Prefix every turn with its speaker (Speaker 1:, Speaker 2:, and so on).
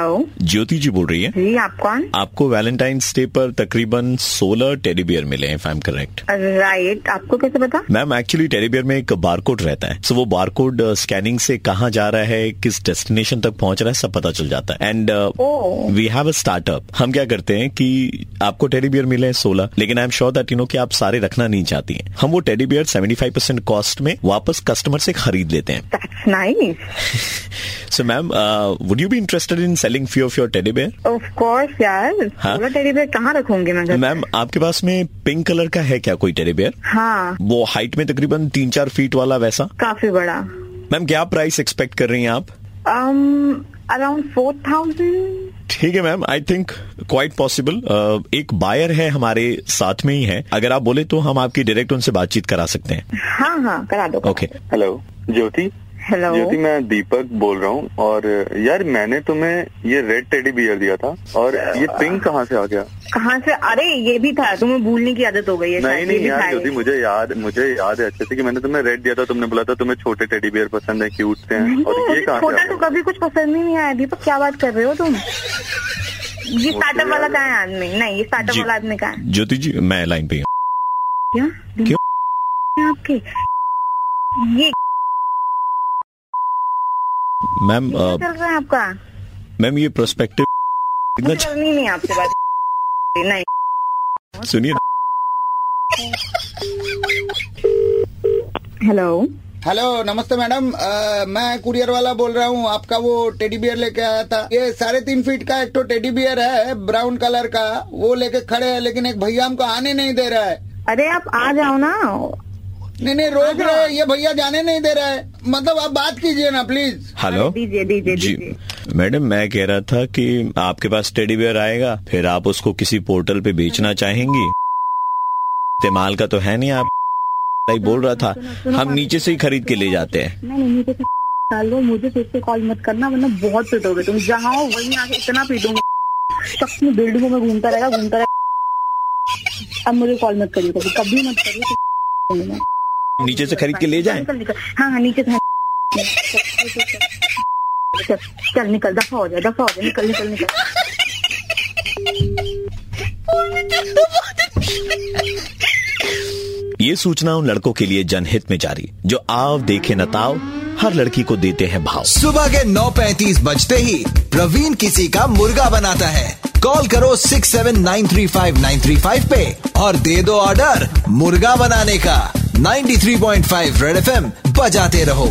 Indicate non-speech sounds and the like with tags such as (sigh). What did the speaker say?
Speaker 1: ज्योति जी बोल रही है
Speaker 2: जी आप कौन
Speaker 1: आपको वैलेंटाइंस डे पर तकरीबन 16 टेडी बियर मिले if I am correct
Speaker 2: right आपको कैसे पता
Speaker 1: मैम एक्चुअली टेडी बियर में एक बारकोड रहता है सो so, वो बारकोड स्कैनिंग से कहाँ जा रहा है किस डेस्टिनेशन तक पहुंच रहा है सब पता चल जाता है uh, and
Speaker 2: Oh.
Speaker 1: We have a startup हम क्या करते हैं कि आपको टेडी बियर मिले हैं सोलह लेकिन I am sure that you know कि आप सारे रखना नहीं चाहती हैं हम वो teddy bear seventy five percent cost में वापस कस्टमर से खरीद लेते हैं uh,
Speaker 2: that's nice
Speaker 1: so ma'am would you be interested in selling few of your teddy bear
Speaker 2: of course यार
Speaker 1: हाँ?
Speaker 2: सोलह टेडी बेयर कहाँ रखूंगी मैं घर पे?
Speaker 1: मैम आपके पास में पिंक कलर का है क्या कोई टेडी बियर
Speaker 2: हाँ
Speaker 1: वो हाइट में तकरीबन तीन चार फीट वाला वैसा
Speaker 2: काफी बड़ा Um,
Speaker 1: मैम क्या प्राइस एक्सपेक्ट कर रही हैं आप
Speaker 2: अराउंड फोर थाउजेंड
Speaker 1: ठीक है ma'am I think quite possible uh, एक बायर है हमारे साथ में ही है अगर आप बोले तो हम आपकी डायरेक्ट उनसे बातचीत करा सकते हैं
Speaker 2: हाँ हाँ करा दो
Speaker 1: okay
Speaker 3: hello Jyoti
Speaker 2: Hello.
Speaker 3: Jyoti मैं दीपक बोल रहा हूँ और यार मैंने तुम्हें ये रेड टेडी बियर दिया था और ये पिंक कहाँ से आ गया
Speaker 2: कहाँ से अरे ये भी था तुम्हें भूलने की आदत हो गई है
Speaker 3: नहीं
Speaker 2: शायद, ये
Speaker 3: नहीं
Speaker 2: भी था
Speaker 3: यार
Speaker 2: ये।
Speaker 3: ज्योति मुझे याद मुझे याद है अच्छे से कि मैंने तुम्हें रेड दिया था तुमने बोला था तुम्हें छोटे टेडी बियर पसंद है क्यूट से हैं
Speaker 2: नहीं, (laughs)
Speaker 3: और ये
Speaker 2: मुझे
Speaker 3: कहाँ
Speaker 2: छोटा
Speaker 3: से आ
Speaker 2: तो
Speaker 3: गया
Speaker 2: कभी कुछ पसंद ही नहीं आया दीपक क्या बात कर रहे हो तुम ये स्टार्टअप वाला
Speaker 3: तो यार।
Speaker 2: कहाँ है आदमी नहीं ये स्टार्टअप
Speaker 1: जी।
Speaker 2: वाला आदमी कहाँ है
Speaker 1: ज्योति जी मैं लाइन पे ही हूँ
Speaker 2: क्या दिमाग है आपके ये
Speaker 1: मैम
Speaker 2: क्या
Speaker 1: अ,
Speaker 2: चल रहा है आपका
Speaker 1: मैम uh, ये प्रोस्पेक्टिव इतना
Speaker 2: मुझे करनी नहीं है आपसे बात नहीं
Speaker 1: अच्छा- सुनिए
Speaker 2: हेलो
Speaker 4: हेलो नमस्ते मैडम अ, मैं कुरियर वाला बोल रहा हूँ आपका वो टेडी बियर लेके आया था ये साढ़े तीन फीट का एक तो टेडी बियर है ब्राउन कलर का वो लेके खड़े हैं लेकिन एक भैया हमको आने नहीं दे रहा है
Speaker 2: अरे आप आ जाओ ना
Speaker 4: नहीं नहीं रोक रहे हैं, ये भैया जाने नहीं दे रहा है मतलब आप बात कीजिए ना प्लीज
Speaker 1: हेलो
Speaker 2: दीजिए दीजिए
Speaker 1: हाँ? जी
Speaker 2: दीजिए
Speaker 1: मैडम मैं कह रहा था कि आपके पास टेडी बियर आएगा फिर आप उसको किसी पोर्टल पे बेचना चाहेंगी इस्तेमाल का तो है नहीं आप ही बोल रहा था हम नीचे से ही खरीद के ले जाते हैं
Speaker 2: नहीं नहीं मुझे तो डाल दो मुझे फिर से कॉल मत करना वरना बहुत पिटोगे तुम जहाँ हो वहीं आके इतना पीटूंगी शख्स में बिल्डिंगों में घूमता रहेगा घूमता रहेगा अब मुझे कॉल मत करिए कभी कभी मत करिए तो मैं।
Speaker 1: नीचे से खरीद के ले जाएं
Speaker 2: निकल निकल हाँ हाँ नीचे से हाँ। चल, चल निकल दफा हो जाए दफा हो जाए निकल निकल निकल
Speaker 1: ये सूचना उन लड़कों के लिए जनहित में जारी जो आव देखे नताव हर लड़की को देते हैं भाव
Speaker 5: सुबह के 9:35 बजते ही प्रवीण किसी का मुर्गा बनाता है कॉल करो 6793593 पे और दे दो ऑर्डर मुर्गा बनाने का 93.5 रेड एफएम बजाते रहो